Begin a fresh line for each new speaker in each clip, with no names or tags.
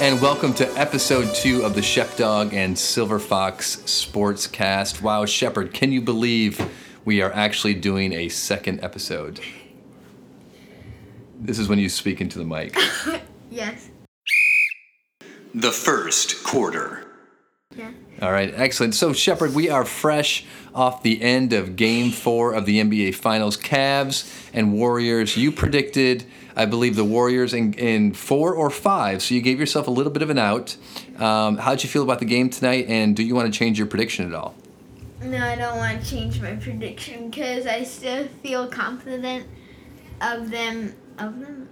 and welcome to episode two of the Shep Dog and Silver Fox Sportscast. Wow, Shepard, can you believe we are actually doing a second episode? This is when you speak into the mic.
Yes.
The first quarter.
Yeah.
All right, excellent. So, Shepard, we are fresh off the end of game four of the NBA Finals. Cavs and Warriors. You predicted, I believe, the Warriors in, in four or five, so you gave yourself a little bit of an out. Um, how'd you feel about the game tonight, and do you want to change your prediction at all?
No, I don't want to change my prediction because I still feel confident of them. Of them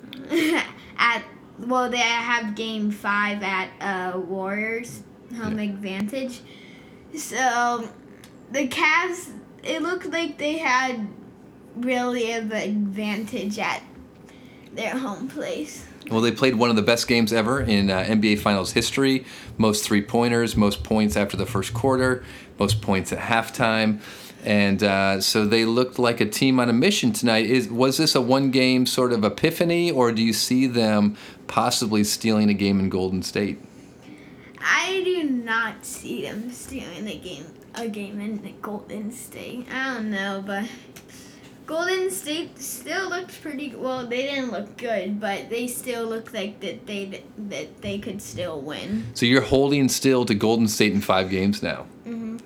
at well, they have game five at uh, Warriors home advantage. So the Cavs, it looked like they had really an advantage at their home place.
Well, they played one of the best games ever in uh, NBA Finals history. Most three pointers, most points after the first quarter, most points at halftime, and uh, so they looked like a team on a mission tonight. Is was this a one game sort of epiphany, or do you see them possibly stealing a game in Golden State?
I do not see them stealing a game a game in Golden State. I don't know, but Golden State still looked pretty well. They didn't look good, but they still looked like that they that they could still win.
So you're holding still to Golden State in five games now.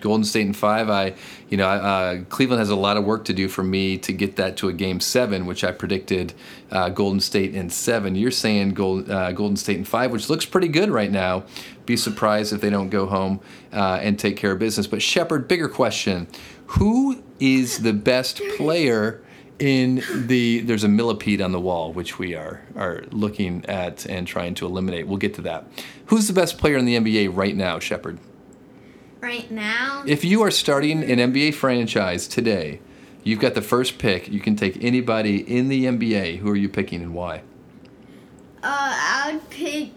Golden State in five. I, you know, I- uh, Cleveland has a lot of work to do for me to get that to a game seven, which I predicted uh, Golden State in seven. You're saying Gold, uh, Golden State in five, which looks pretty good right now. Be surprised if they don't go home uh, and take care of business. But Shepard, bigger question: Who is the best player? In the there's a millipede on the wall which we are are looking at and trying to eliminate. We'll get to that. Who's the best player in the NBA right now, Shepard?
Right now,
If you are starting an NBA franchise today, you've got the first pick. You can take anybody in the NBA. Who are you picking and why?
uh, I would pick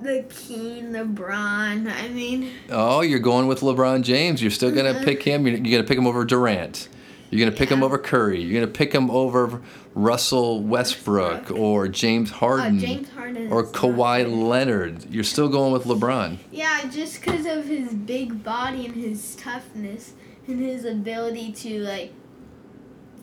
the Keen, LeBron. I mean,
Oh, you're going with LeBron James. You're still going to pick him. You're, you're going to pick him over Durant. You're going to pick him
Mm-hmm. Yeah.
over Curry. You're going to pick him over Russell Westbrook
Westbrook. Oh,
or James Harden
uh, James Harden
or
is not
Kawhi
good.
Leonard. You're still going with LeBron.
yeah, just because of his big body and his toughness and his ability to like,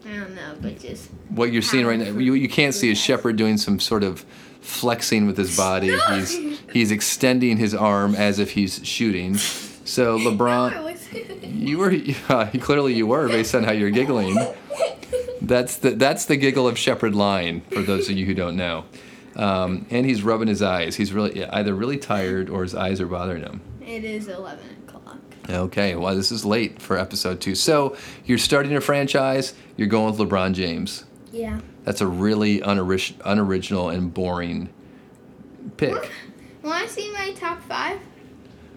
I don't know, but just.
What you're seeing right now, you, you can't see is Shepard doing some sort of flexing with his body.
No.
He's he's extending his arm as if he's shooting. So
No,
LeBron,
it wasn't.
you were uh, clearly you were based on how you're giggling. That's the that's the giggle of Shepard line for those of you who don't know. Um, and he's rubbing his eyes. He's really yeah, either really tired or his eyes are bothering him.
It is 11 o'clock.
Okay, well this is late for episode two. So you're starting a franchise. You're going with LeBron James.
Yeah.
That's a really unori- unoriginal and boring pick.
Want to see my top five?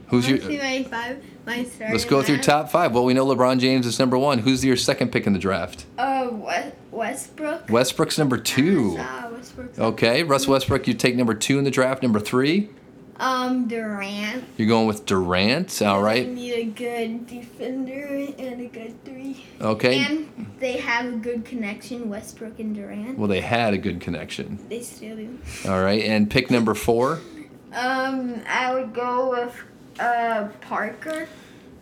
Who's
Want to see
your?
my five? My starting
Let's go with your
lineup?
top five. Well, we know LeBron James is number one. Who's your second pick in the draft?
Uh, West, Westbrook.
Westbrook's number two.
Ah, Westbrook.
Okay, Russ Westbrook, you take number two in the draft. Number three,
Um, Durant.
you're going with Durant. All
They
right.
need a good defender and a good three.
Okay.
And they have a good connection, Westbrook and Durant.
Well, they had a good connection.
They still do.
All right. And pick number four
Um, I would go with uh Parker.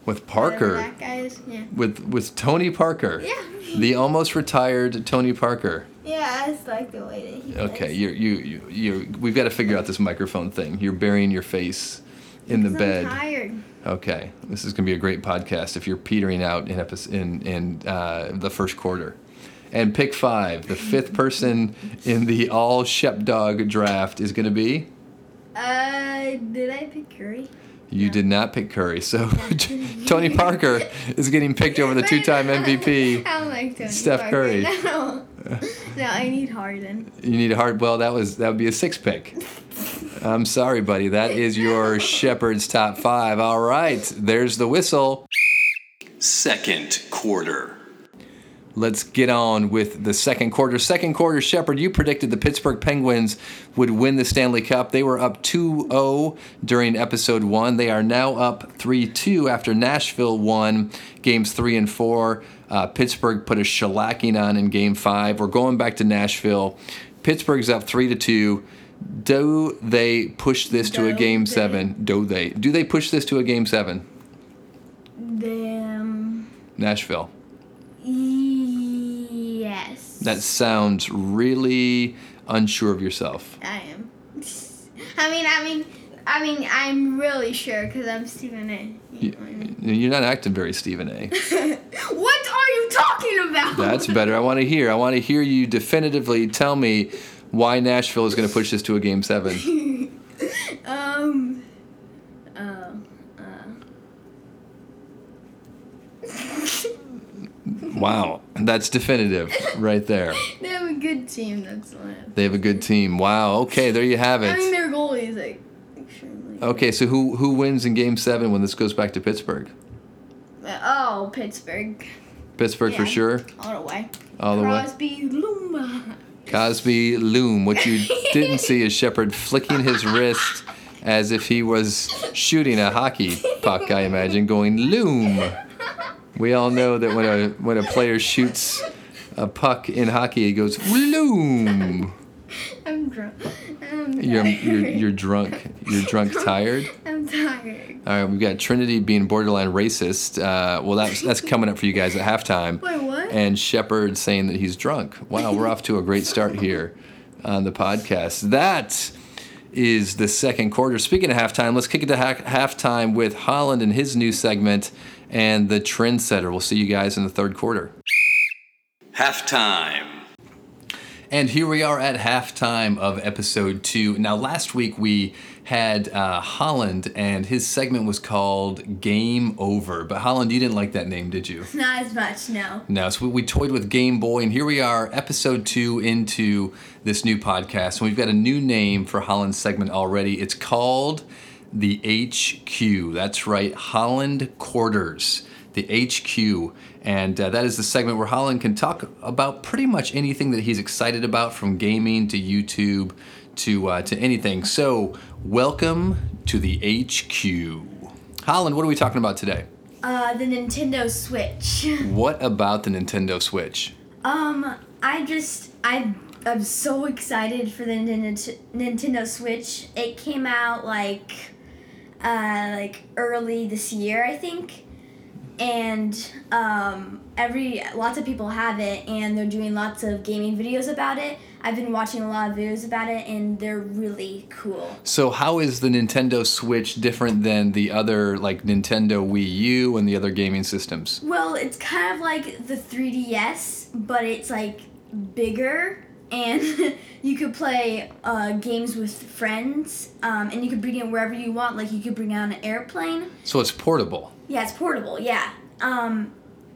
with
Whatever
Parker,
That guy is. Yeah.
with with Tony Parker,
Yeah.
the almost retired Tony Parker.
Yeah, I just like the way that he.
Okay,
plays.
you you you you we've got to figure out this microphone thing. You're burying your face in the
Because
bed.
I'm tired.
Okay, this is gonna be a great podcast if you're petering out in epi- in in uh, the first quarter. And pick five, the fifth person in the all Shep Dog draft is gonna be.
Uh, did I pick Curry?
You did not pick Curry, so Tony Parker is getting picked over the two-time MVP.
I don't like Tony
Steph
Parker,
Curry.
No. no, I need Harden.
You need a hard. Well, that was that would be a six pick. I'm sorry, buddy. That is your Shepherd's top five. All right, there's the whistle.
Second quarter.
Let's get on with the second quarter. Second quarter, Shepard, you predicted the Pittsburgh Penguins would win the Stanley Cup. They were up 2 0 during episode one. They are now up 3 2 after Nashville won games three and four. Uh, Pittsburgh put a shellacking on in game five. We're going back to Nashville. Pittsburgh's up 3 to 2. do they push this to a
Do
game
they?
seven? Do they? Do they push this to a game seven?
Them.
Nashville.
Yes.
That sounds really unsure of yourself.
I am. I mean, I mean, I mean, I'm really sure because I'm Stephen A. You know what I mean?
You're not acting very Stephen A.
What are you talking about?
That's better. I want to hear. I want to hear you definitively tell me why Nashville is going to push this to a game seven.
um. Um.
Wow, that's definitive right there.
They have a good team. That's why.
They have a good team. Wow. Okay, there you have
I mean,
it.
their goalie is like extremely.
Okay, so who who wins in game seven when this goes back to Pittsburgh?
Oh, Pittsburgh.
Pittsburgh for
Yeah.
sure,
All the way.
all the way.
Crosby, Luma.
Cosby Loom. What you didn't see is Shepard flicking his wrist as if he was shooting a hockey puck, I imagine, going Loom. We all know that when a when a player shoots a puck in hockey, it goes Loom.
I'm drunk. I'm tired.
You're, you're you're drunk. You're drunk, tired.
I'm tired.
All right, we've got Trinity being borderline racist. Uh, well, that's that's coming up for you guys at halftime.
Wait, what?
And Shepard saying that he's drunk. Wow, we're off to a great start here on the podcast. That is the second quarter. Speaking of halftime, let's kick it to ha- halftime with Holland and his new segment and the trendsetter. We'll see you guys in the third quarter.
Halftime.
And here we are at halftime of episode two. Now, last week we had uh, Holland, and his segment was called Game Over. But Holland, you didn't like that name, did you?
Not as much, no.
No, so we, we toyed with Game Boy, and here we are, episode two into this new podcast. And we've got a new name for Holland's segment already. It's called the HQ. That's right, Holland Quarters, the HQ. And uh, that is the segment where Holland can talk about pretty much anything that he's excited about, from gaming to YouTube to, uh, to anything. So, welcome to the HQ. Holland, what are we talking about today?
Uh, the Nintendo Switch.
What about the Nintendo Switch?
Um, I just I am so excited for the Nin- Nintendo Switch. It came out like uh like early this year, I think. And um every lots of people have it and they're doing lots of gaming videos about it. I've been watching a lot of videos about it and they're really cool.
So how is the Nintendo Switch different than the other like Nintendo Wii U and the other gaming systems?
Well, it's kind of like the 3DS, but it's like bigger, and you could play uh, games with friends, um, and you could bring it wherever you want. Like you could bring it on an airplane.
So it's portable.
Yeah, it's portable. Yeah. Um,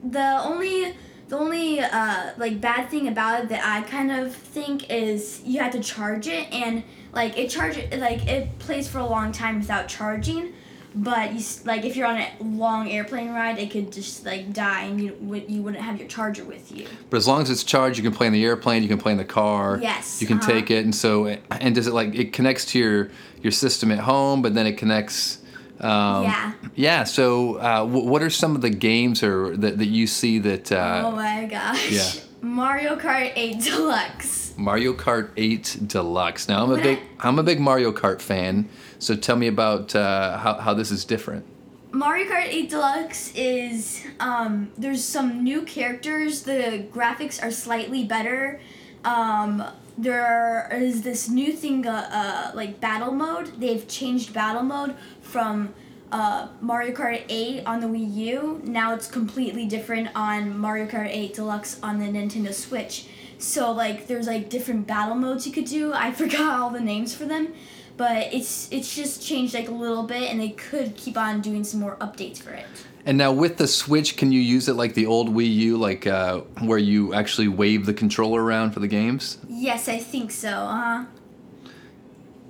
the only the only uh, like bad thing about it that I kind of think is you have to charge it, and like it charge like it plays for a long time without charging. But you s- like if you're on a long airplane ride, it could just like die, and you would you wouldn't have your charger with you.
But as long as it's charged, you can play in the airplane, you can play in the car.
Yes,
You can
uh-huh.
take it and so and does it like it connects to your your system at home, but then it connects um,
Yeah.
Yeah. So, uh, w- what are some of the games or that, that you see that
Oh
uh,
my gosh.
yeah.
Mario Kart 8 Deluxe.
Mario Kart 8 Deluxe? Now, I'm a
When
big I'm a big Mario Kart fan. So, tell me about uh, how how this is different.
Mario Kart 8 Deluxe is um, there's some new characters. The graphics are slightly better. Um, there is this new thing, uh, uh, like battle mode. They've changed battle mode from uh, Mario Kart 8 on the Wii U. Now it's completely different on Mario Kart 8 Deluxe on the Nintendo Switch. So like there's like different battle modes you could do. I forgot all the names for them but it's it's just changed like a little bit and they could keep on doing some more updates for it
And now with the Switch, can you use it like the old Wii U, like uh, where you actually wave the controller around for the games?
yes i think so uh-huh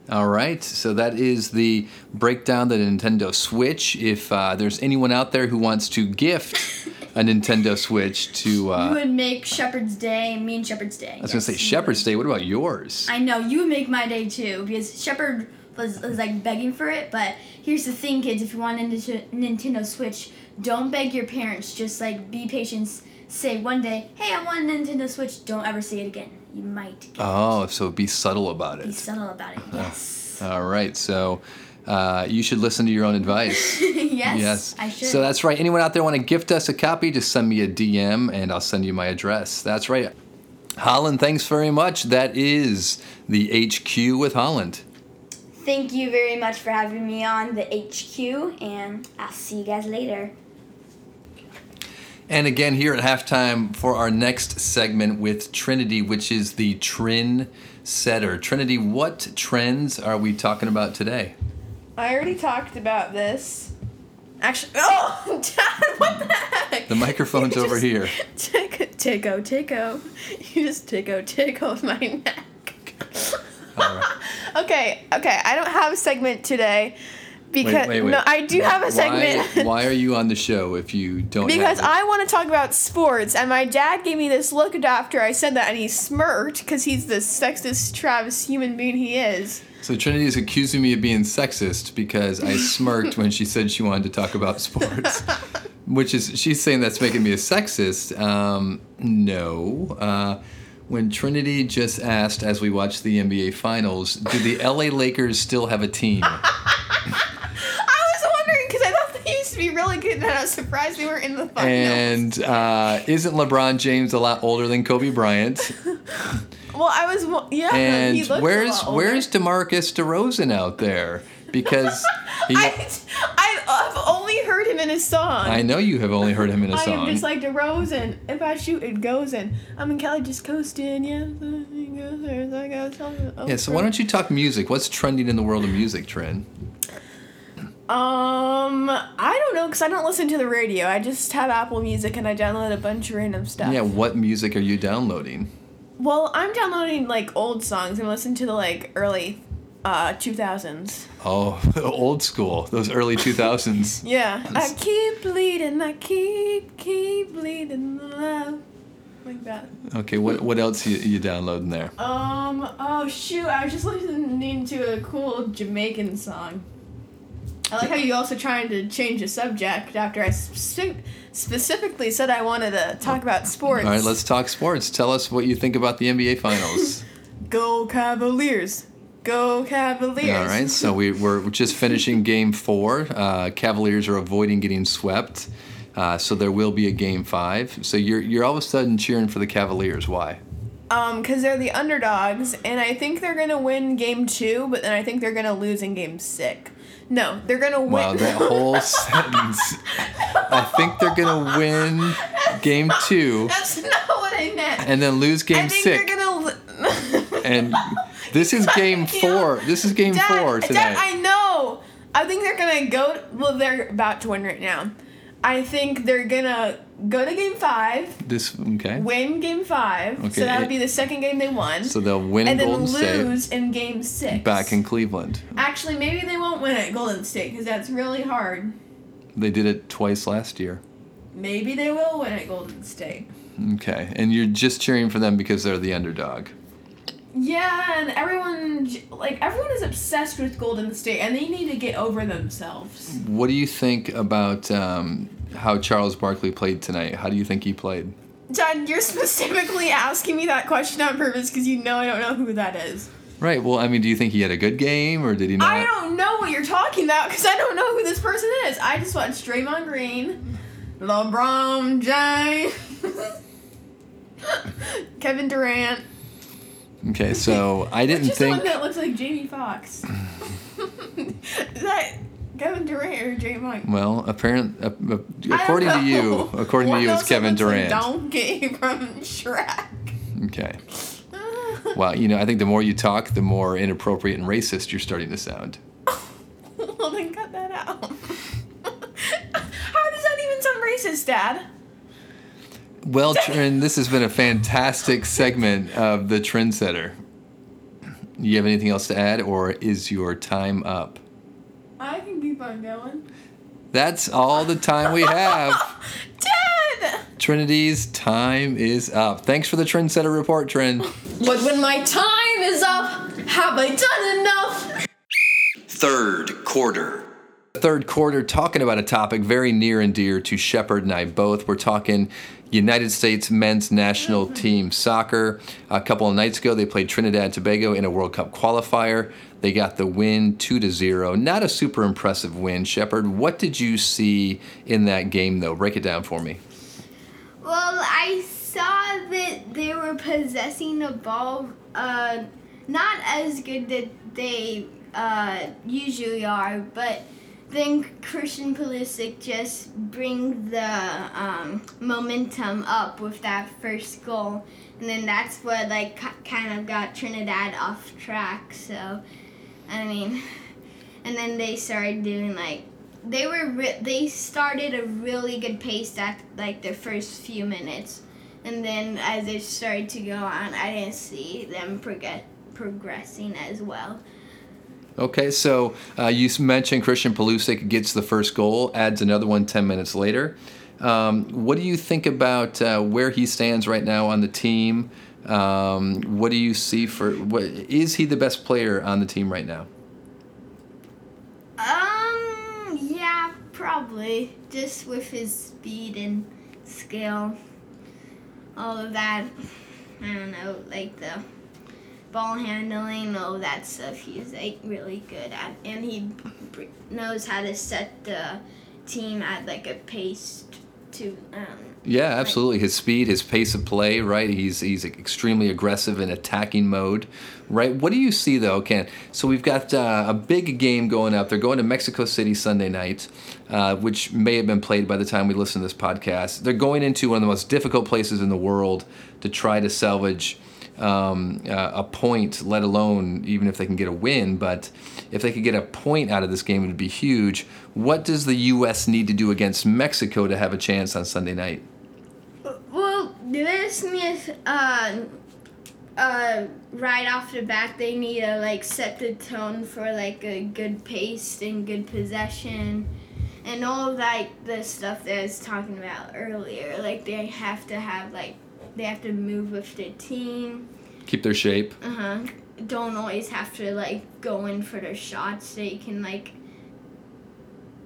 All right, so that is the breakdown of the Nintendo Switch. If uh, there's anyone out there who wants to gift a Nintendo Switch to,
you
uh,
would make shepherd's day me and shepherd's day
I was gonna say Shepherd's Day. What about yours?
i know you would make my day too because shepherd was, was like begging for it but here's the thing kids if you want a Ninte- nintendo switch don't beg your parents just like be patient
say one day, hey, I want a Nintendo Switch, don't ever say it again. You might get
Oh, so be subtle about
be
it.
subtle about it.
uh.
Yes.
All right. So uh, you should listen to your own advice.
yes.
Yes.
I should.
So that's right. Anyone out there want to gift us a copy? Just send me a DM and I'll send you my address. That's right. Holland, thanks very much. That is the HQ with Holland.
Thank you very much for having me on the HQ, and I'll see you guys later.
And again, here at halftime for our next segment with Trinity, which is the Trin Setter. Trinity, what trends are we talking about today?
I already talked about this. Actually, oh, Dad, what the heck?
The microphone's
You
over
just-
here.
Tickle, tickle, tickle. You just tickle, tickle my neck.
All right.
okay, okay. I don't have a segment today because
wait, wait.
no, I do have a segment.
Why, why are you on the show if you don't?
Because
have
I want to talk about sports, and my dad gave me this look after I said that, and he smirked because he's the sexist Travis human being he is.
it? So Trinity is accusing me of being sexist because I smirked when she said she wanted to talk about sports, which is she's saying that's making me a sexist. Um, no. Uh, when Trinity just asked as we watched the NBA Finals, do the LA Lakers still have a team?
I was wondering because I thought they used to be really good, and I was surprised they weren't in the finals.
And uh, isn't LeBron James a lot older than Kobe Bryant?
well, I was wo- yeah. he
And
looks a
where's
lot older.
where's DeMarcus DeRozan out there? Because he,
I, I I've only heard him in his song.
I know you have only heard him in a
I
song.
am just like DeRozan. If I shoot, it goes in. I'm in Cali, just coasting. Yeah, something goes there, so I got something
yeah, so why
over.
don't you talk music? What's trending in the world of music, Trin?
Um, I don't know because I don't listen to the radio. I just have Apple Music and I download a bunch of random stuff.
Yeah, what music are you downloading?
Well, I'm downloading like old songs and listen to the like early, uh, 2000s.
Oh, old school, those early 2000s.
Yeah. I keep bleeding. I keep keep bleeding the love. Like that.
Okay, what what else you, you downloading there?
Um. Oh shoot! I was just listening to a cool Jamaican song. I like how you also trying to change the subject after I spe- specifically said I wanted to talk about sports.
All right, let's talk sports. Tell us what you think about the NBA Finals.
go Cavaliers. Go Cavaliers.
All right, so we, we're just finishing game four. Uh, Cavaliers are avoiding getting swept, uh, so there will be a game five. So you're, you're all of a sudden cheering for the Cavaliers. Why?
Um, because they're the underdogs, and I think they're gonna win game two, but then I think they're gonna lose in game six. No, they're gonna win.
Wow, that whole sentence. I think they're going to win game two
That's not what I meant.
and then lose game
I think
six.
they're gonna. Li-
and this is game
You-
four. This is game
Dad,
four
Dad,
tonight.
I know. I think they're gonna go. Well, they're about to win right now. I think they're gonna go to game five,
this, okay.
win game five.
Okay,
so that
it-
would be the second game they won.
So they'll win in
and then
Golden State
lose in game six.
back in Cleveland.
Actually, maybe they won't win at Golden State because that's really hard.
They did it twice last year.
Maybe they will win at Golden State.
Okay, and you're just cheering for them because they're the underdog.
Yeah, and everyone, j- like, everyone is obsessed with Golden State and they need to get over themselves.
What do you think about um, how Charles Barkley played tonight? How do you think he played?
Dad, you're specifically asking me that question on purpose because you know I don't know who that is.
Right. Well, I mean, do you think he had a good game or did he not?
I don't know what you're talking about because I don't know who this person is. I just watched Draymond Green, LeBron James, Kevin Durant.
Okay, so I didn't
Just the one
think.
that looks like Jamie Foxx. is that Kevin Durant or Draymond?
Well, apparent uh, uh,
I don't
according to you,
know.
according
One
to you, it's
also
Kevin
looks
Durant.
like Donkey from Shrek.
okay. Well, you know, I think the more you talk, the more inappropriate and racist you're starting to sound.
well, then cut that out. How does that even sound racist, Dad?
Well, Trin, this has been a fantastic segment of the Trendsetter. You have anything else to add, or is your time up?
I can keep on going.
That's all the time we have.
Dad!
Trinity's time is up. Thanks for the Trendsetter report, Trin.
But when my time is up, have I done enough?
Third quarter.
Third quarter, talking about a topic very near and dear to Shepard and I both. We're talking United States men's national team soccer. A couple of nights ago, they played Trinidad and Tobago in a World Cup qualifier. They got the win two to zero. Not a super impressive win, Shepard. What did you see in that game, though? Break it down for me.
Well, I saw that they were possessing the ball uh, not as good that they uh, usually are, but then Christian Pulisic just bring the um, momentum up with that first goal, and then that's what like ki- kind of got Trinidad off track. So, I mean, and then they started doing like they were re- they started a really good pace at like the first few minutes and then as it started to go on i didn't see them prog- progressing as well
Okay, so uh, you s- mentioned Christian Pulisic gets the first goal, adds another one 10 minutes later. Um, what do you think about uh, where he stands right now on the team? Um, what do you see for what is he the best player on the team right now?
um yeah probably just with his speed and skill all of that i don't know like the ball handling all that stuff he's like really good at and he br- knows how to set the team at like a pace t- to um,
Yeah, absolutely. His speed, his pace of play, right? He's he's extremely aggressive in attacking mode, right? What do you see though, Ken? So we've got uh, a big game going up. They're going to Mexico City Sunday night, uh, which may have been played by the time we listen to this podcast. They're going into one of the most difficult places in the world to try to salvage um, uh, a point, let alone even if they can get a win. But if they could get a point out of this game, it would be huge. What does the U.S. need to do against Mexico to have a chance on Sunday night?
Well, this means uh, uh, right off the bat they need to like set the tone for like a good pace and good possession, and all like the stuff that I was talking about earlier. Like they have to have like they have to move with the team.
Keep their shape.
Uh huh. Don't always have to like go in for their shots. They can like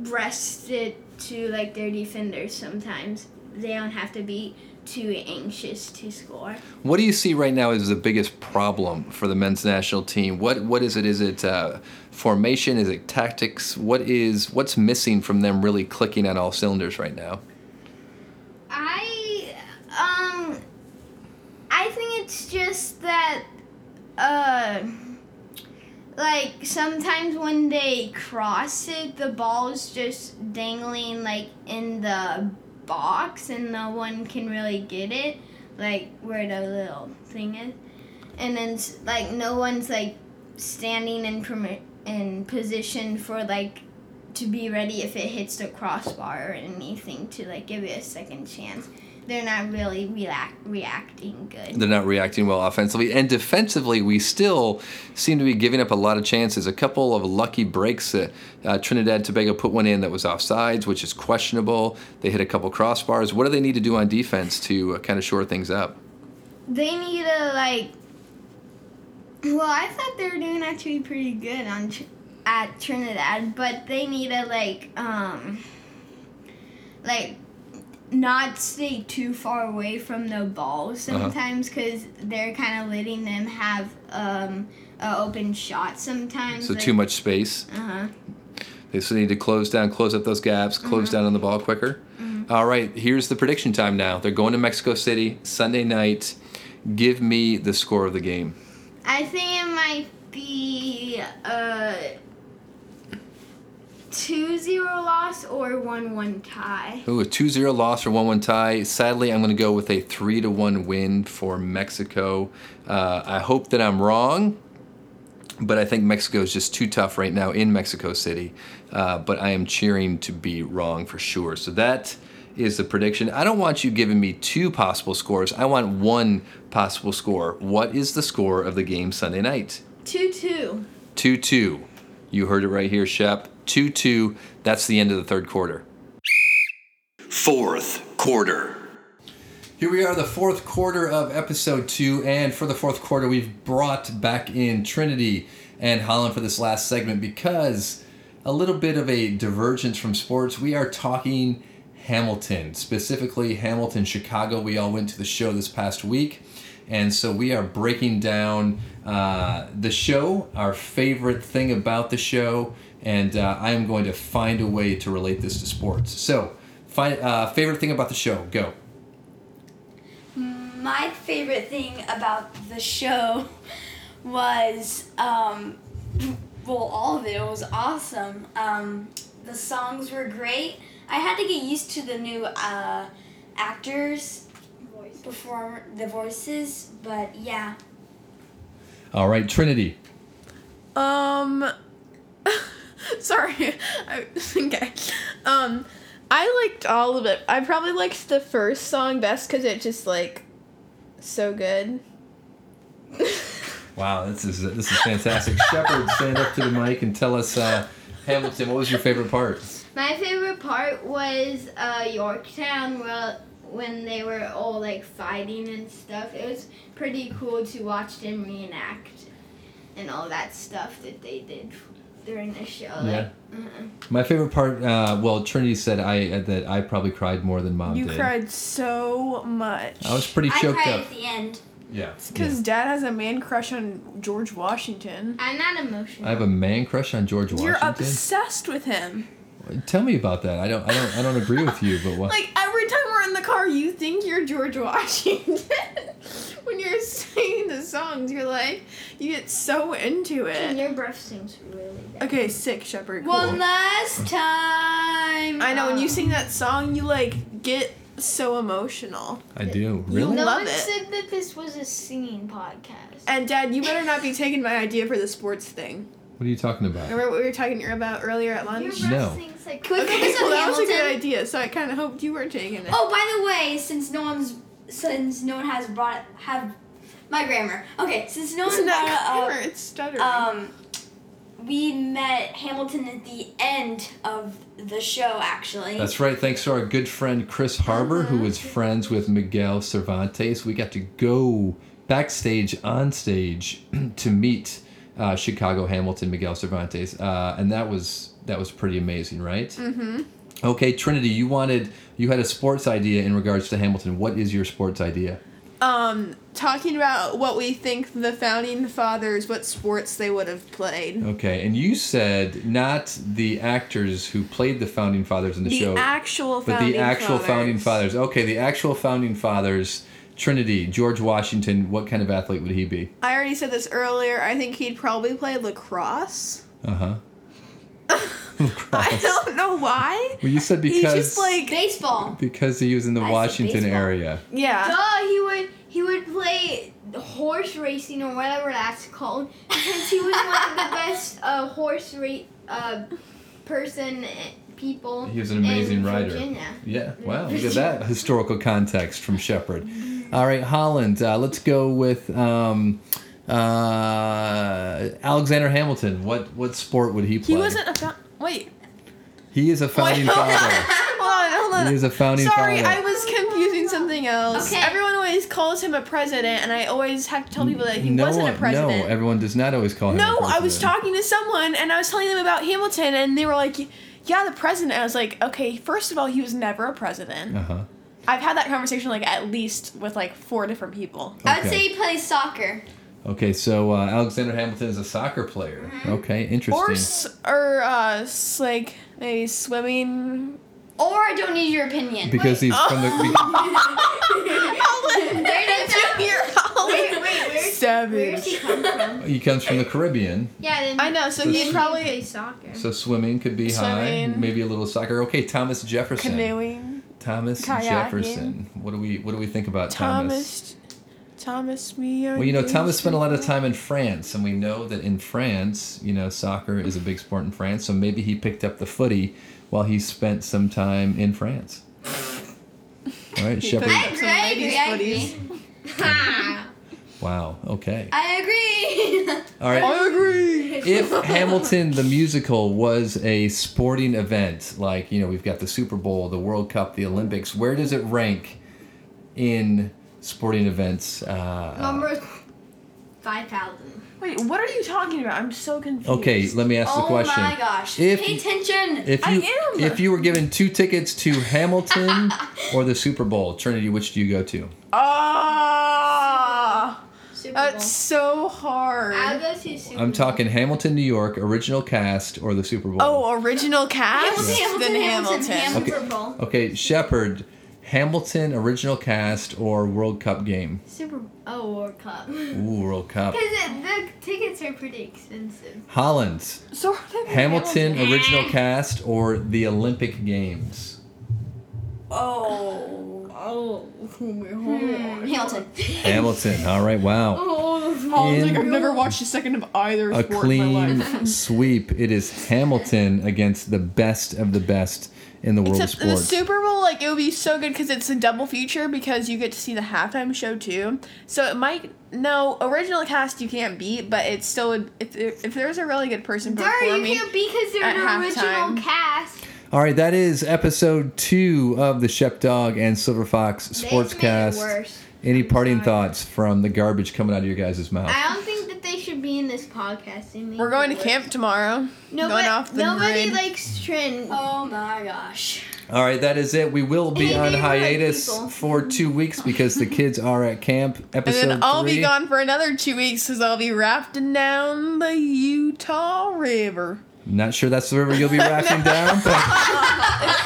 rest it to like their defenders sometimes. They don't have to be too anxious to score.
What do you see right now is the biggest problem for the men's national team? What what is it? Is it uh, formation? Is it tactics? What is what's missing from them really clicking on all cylinders right now?
I um I think it's just that uh like sometimes when they cross it the ball's just dangling like in the box and no one can really get it like where the little thing is and then s- like no one's like standing in permi- in position for like to be ready if it hits the crossbar or anything to like give it a second chance. They're not really react reacting good.
They're not reacting well offensively and defensively. We still seem to be giving up a lot of chances. A couple of lucky breaks that uh, Trinidad Tobago put one in that was offsides, which is questionable. They hit a couple crossbars. What do they need to do on defense to uh, kind of shore things up?
They need to like. Well, I thought they were doing actually pretty good on Tr- at Trinidad, but they need to like um. Like, not stay too far away from the
Uh-huh.
ball sometimes because they're kind of letting them have um a open shot sometimes.
So
like-
too much space.
Uh-huh.
They just need to close down, close up those gaps, close down on the ball quicker. All right, here's the prediction time now. They're going to Mexico City Sunday night. Give me the score of the game.
I think it might be uh, a 2 0 loss or 1 1 tie.
Ooh, a 2 0 loss or 1 1 tie. Sadly, I'm going to go with a 3 to 1 win for Mexico. Uh, I hope that I'm wrong, but I think Mexico is just too tough right now in Mexico City. Uh, but I am cheering to be wrong for sure. So that is the prediction. I don't want you giving me two possible scores, I want one possible score. What is the score of the game Sunday night?
2 2.
2 2. You heard it right here, Shep. 2 2. That's the end of the third quarter.
Fourth quarter.
Here we are, the fourth quarter of episode two, and for the fourth quarter, we've brought back in Trinity and Holland for this last segment because a little bit of a divergence from sports. We are talking Hamilton, specifically Hamilton, Chicago. We all went to the show this past week. And so we are breaking down uh, the show, our favorite thing about the show, and uh, I am going to find a way to relate this to sports. So, find, uh, favorite thing about the show, go.
My favorite thing about the show was, um, well, all of it, it was awesome. Um, the songs were great. I had to get used to the new uh, actors before the voices, but yeah.
All right, Trinity.
Um, sorry. I, okay. Um, I liked all of it. I probably liked the first song best because it just like so good.
Wow, this is this is fantastic. Shepard, stand up to the mic and tell us, uh, Hamilton, what was your favorite part?
My favorite part was uh, Yorktown, where when they were all like fighting and stuff. It was pretty cool to watch them reenact and all that stuff that they did during the show.
Yeah.
Like, mm
My favorite part, uh, well, Trinity said I uh, that I probably cried more than Mom
you
did.
cried so much.
I was
uh-uh.
pretty
I
choked
cried
up.
at the end.
Yeah.
because Dad has a man crush on George Washington.
I'm not emotional.
I have a man crush on George Washington.
You're obsessed with him.
Tell me about that. I don't. I don't. I don't agree with you. But what?
Like every time we're in the car, you think you're George Washington. when you're singing the songs, you're like, you get so into
And
it.
your breath seems really bad.
Okay, sick, Shepard.
One last time.
I know when you
Um,
sing that song, you like get so emotional.
I do. Really?
No
love
one
it.
said that this was a singing podcast.
And Dad, you better not be taking my idea for the sports thing.
What are you talking about?
Remember what we were talking about earlier at
Your
lunch?
breath
No.
seems like
Can we
Okay,
focus on
well that was a good
Hamilton?
idea. So I kind of hoped you were taking it.
Oh, by the way, since no one's since no one has brought have my grammar. Okay, since no
it's
one
not
brought
grammar. It's stuttering.
up, um, we met Hamilton at the end of the show. Actually,
That's right. Thanks to our good friend Chris Harbor, who was friends with Miguel Cervantes, we got to go backstage, on stage, to meet uh, Chicago Hamilton Miguel Cervantes, uh, and that was that was pretty amazing, right? Mm-hmm. Okay, Trinity, you wanted you had a sports idea in regards to Hamilton. What is your sports idea?
um, talking about what we think the founding fathers, what sports they would have played.
Okay, and you said not the actors who played the founding fathers in the,
The
show,
actual
but
founding
the actual founding fathers. Okay, the actual founding fathers. Trinity, George Washington, what kind of athlete would he be?
I already said this earlier. I think he'd probably play lacrosse.
Uh huh.
I don't know why.
Well, you said
He's
because
just like
baseball.
because he was in the
said
Washington
baseball.
area.
yeah.
Duh, he would he would play horse racing or whatever that's called because he was one of the best uh, horse ra- uh, person eh, people.
He was an amazing
in
rider.
Virginia.
Yeah, wow. Look at that historical context from Shepard. All right, Holland. Uh, let's go with um, uh, Alexander Hamilton. What what sport would he play?
He wasn't a found- wait.
He is a founding
Wait, hold on.
father.
Hold on,
He
hold
is
on.
a founding
Sorry,
father.
I was confusing something else.
Okay.
Everyone always calls him a president, and I always have to tell people that he
no,
wasn't a
one-
president.
No, everyone does not always call him.
No,
a
I was
president.
talking to someone and I was telling them about Hamilton, and they were like, "Yeah, the president." I was like, "Okay, first of all, he was never a president."
Uh huh.
I've had that conversation like at least with like four different people.
I
Okay.
would say he plays soccer.
Okay, so uh, Alexander Hamilton is a soccer player.
Mm-hmm.
Okay, interesting.
Or s- or uh, s- like maybe swimming.
Or I don't need your opinion.
because he's from the.
Holland,
Where did that?
you're
Wait,
Holland.
wait, where's where does
Savage.
he come from?
be- He comes from the Caribbean,
Yeah, then
I know, so
maybe
he'd probably-
play soccer.
so swimming could be high.
Swimming.
Maybe a little soccer. Okay, Thomas Jefferson.
Canoeing.
Thomas
Kayaking.
Jefferson. What do we What do we think about Thomas?
Thomas. Thomas. Me.
Well, you know, Thomas spent a lot of time in France, and we know that in France, you know, soccer is a big sport in France. So maybe he picked up the footy while he spent some time in France. All right, Shepard.
picked- Some
I agree.
ladies'
I
buddies.
agree.
Ha!
Wow. Okay.
I agree.
All right.
I agree.
if Hamilton the musical was a sporting event, like you know we've got the Super Bowl, the World Cup, the Olympics, where does it rank in sporting events? Uh,
Number five thousand.
Wait, what are you talking about? I'm so confused.
uh, Okay, let me ask the
oh
question.
my gosh.
If-
Pay attention.
If
I
you
am.
if you were given two tickets to Hamilton or the Super Bowl, Trinity, which do you go to?
Ah,
Super
that's so hard.
I'll go to Super
I'm
Bowl.
talking Hamilton, New York, original cast or the Super Bowl.
Oh, original cast.
Hamilton,
Then
Hamilton, Hamilton.
Okay.
Super Bowl.
oh.
Okay, Shepard, Hamilton, original cast or World Cup game.
Super Oh World Cup. Because
Ooh, World Cup.
the tickets are pretty expensive.
Holland,
So are they
Hamilton, original cast or the Olympic Games.
Oh.
Oh,
Hmm, Hamilton.
Hamilton. All right. Wow.
I was
In
like, I've never watched a second of either
A
sport in my
clean
life.
sweep. It is Hamilton against the best of the best in the world of
Except the
sports.
Super Bowl, like it would be so good because it's a double feature because you get to see the halftime show too. So it might no original cast you can't beat, but it still would if if there's a really good person
Sorry, you
performing.
can't because they're
at
an original
halftime.
cast.
All right. That is episode two of the Shep Dog and Silver Fox
They made it
Sportscast.
worse.
Any parting
Sorry.
thoughts from the garbage coming out of your guys' mouth?
I don't think that they should be in this podcast. They made
We're going
it
to
worse.
camp tomorrow.
No,
going
but
off the
nobody
grid.
likes Trin.
Oh my gosh.
All right, that is it. We will be
Hey,
on
they were like
hiatus
people.
for two weeks because the kids are at camp.
and
Episode
then I'll
three.
be gone for another two weeks because I'll be rafting down the Utah River.
Not sure that's the river you'll be rafting down, but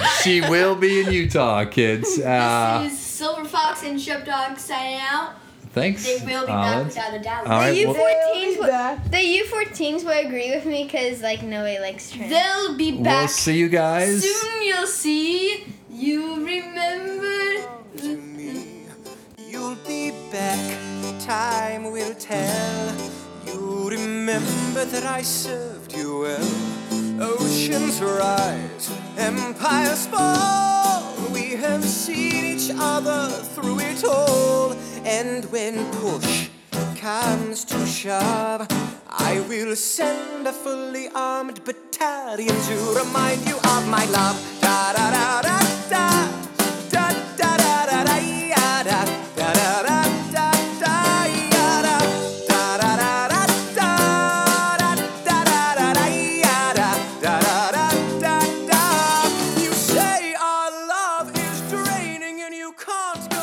she will be in Utah, kids. Uh,
This is Silver Fox and Shep Dog signing out.
thanks.
They will be back
Olive.
without a doubt.
All right,
The
well-
U14s would, the U14s would agree with me because like nobody likes Trin.
They'll be back.
We'll see you guys.
Soon you'll see. You remember.
You'll be back, time will tell. You'll remember that I served you well. Oceans rise, empires fall. We have seen each other through it all. And when push comes to shove, I will send a fully armed battalion to remind you of my love. Da da da da da. Da da da da da ya da. Da da da da da ya da. Da da da da da. Da da da da ya da. Da da da da da. You say our love is draining and you can't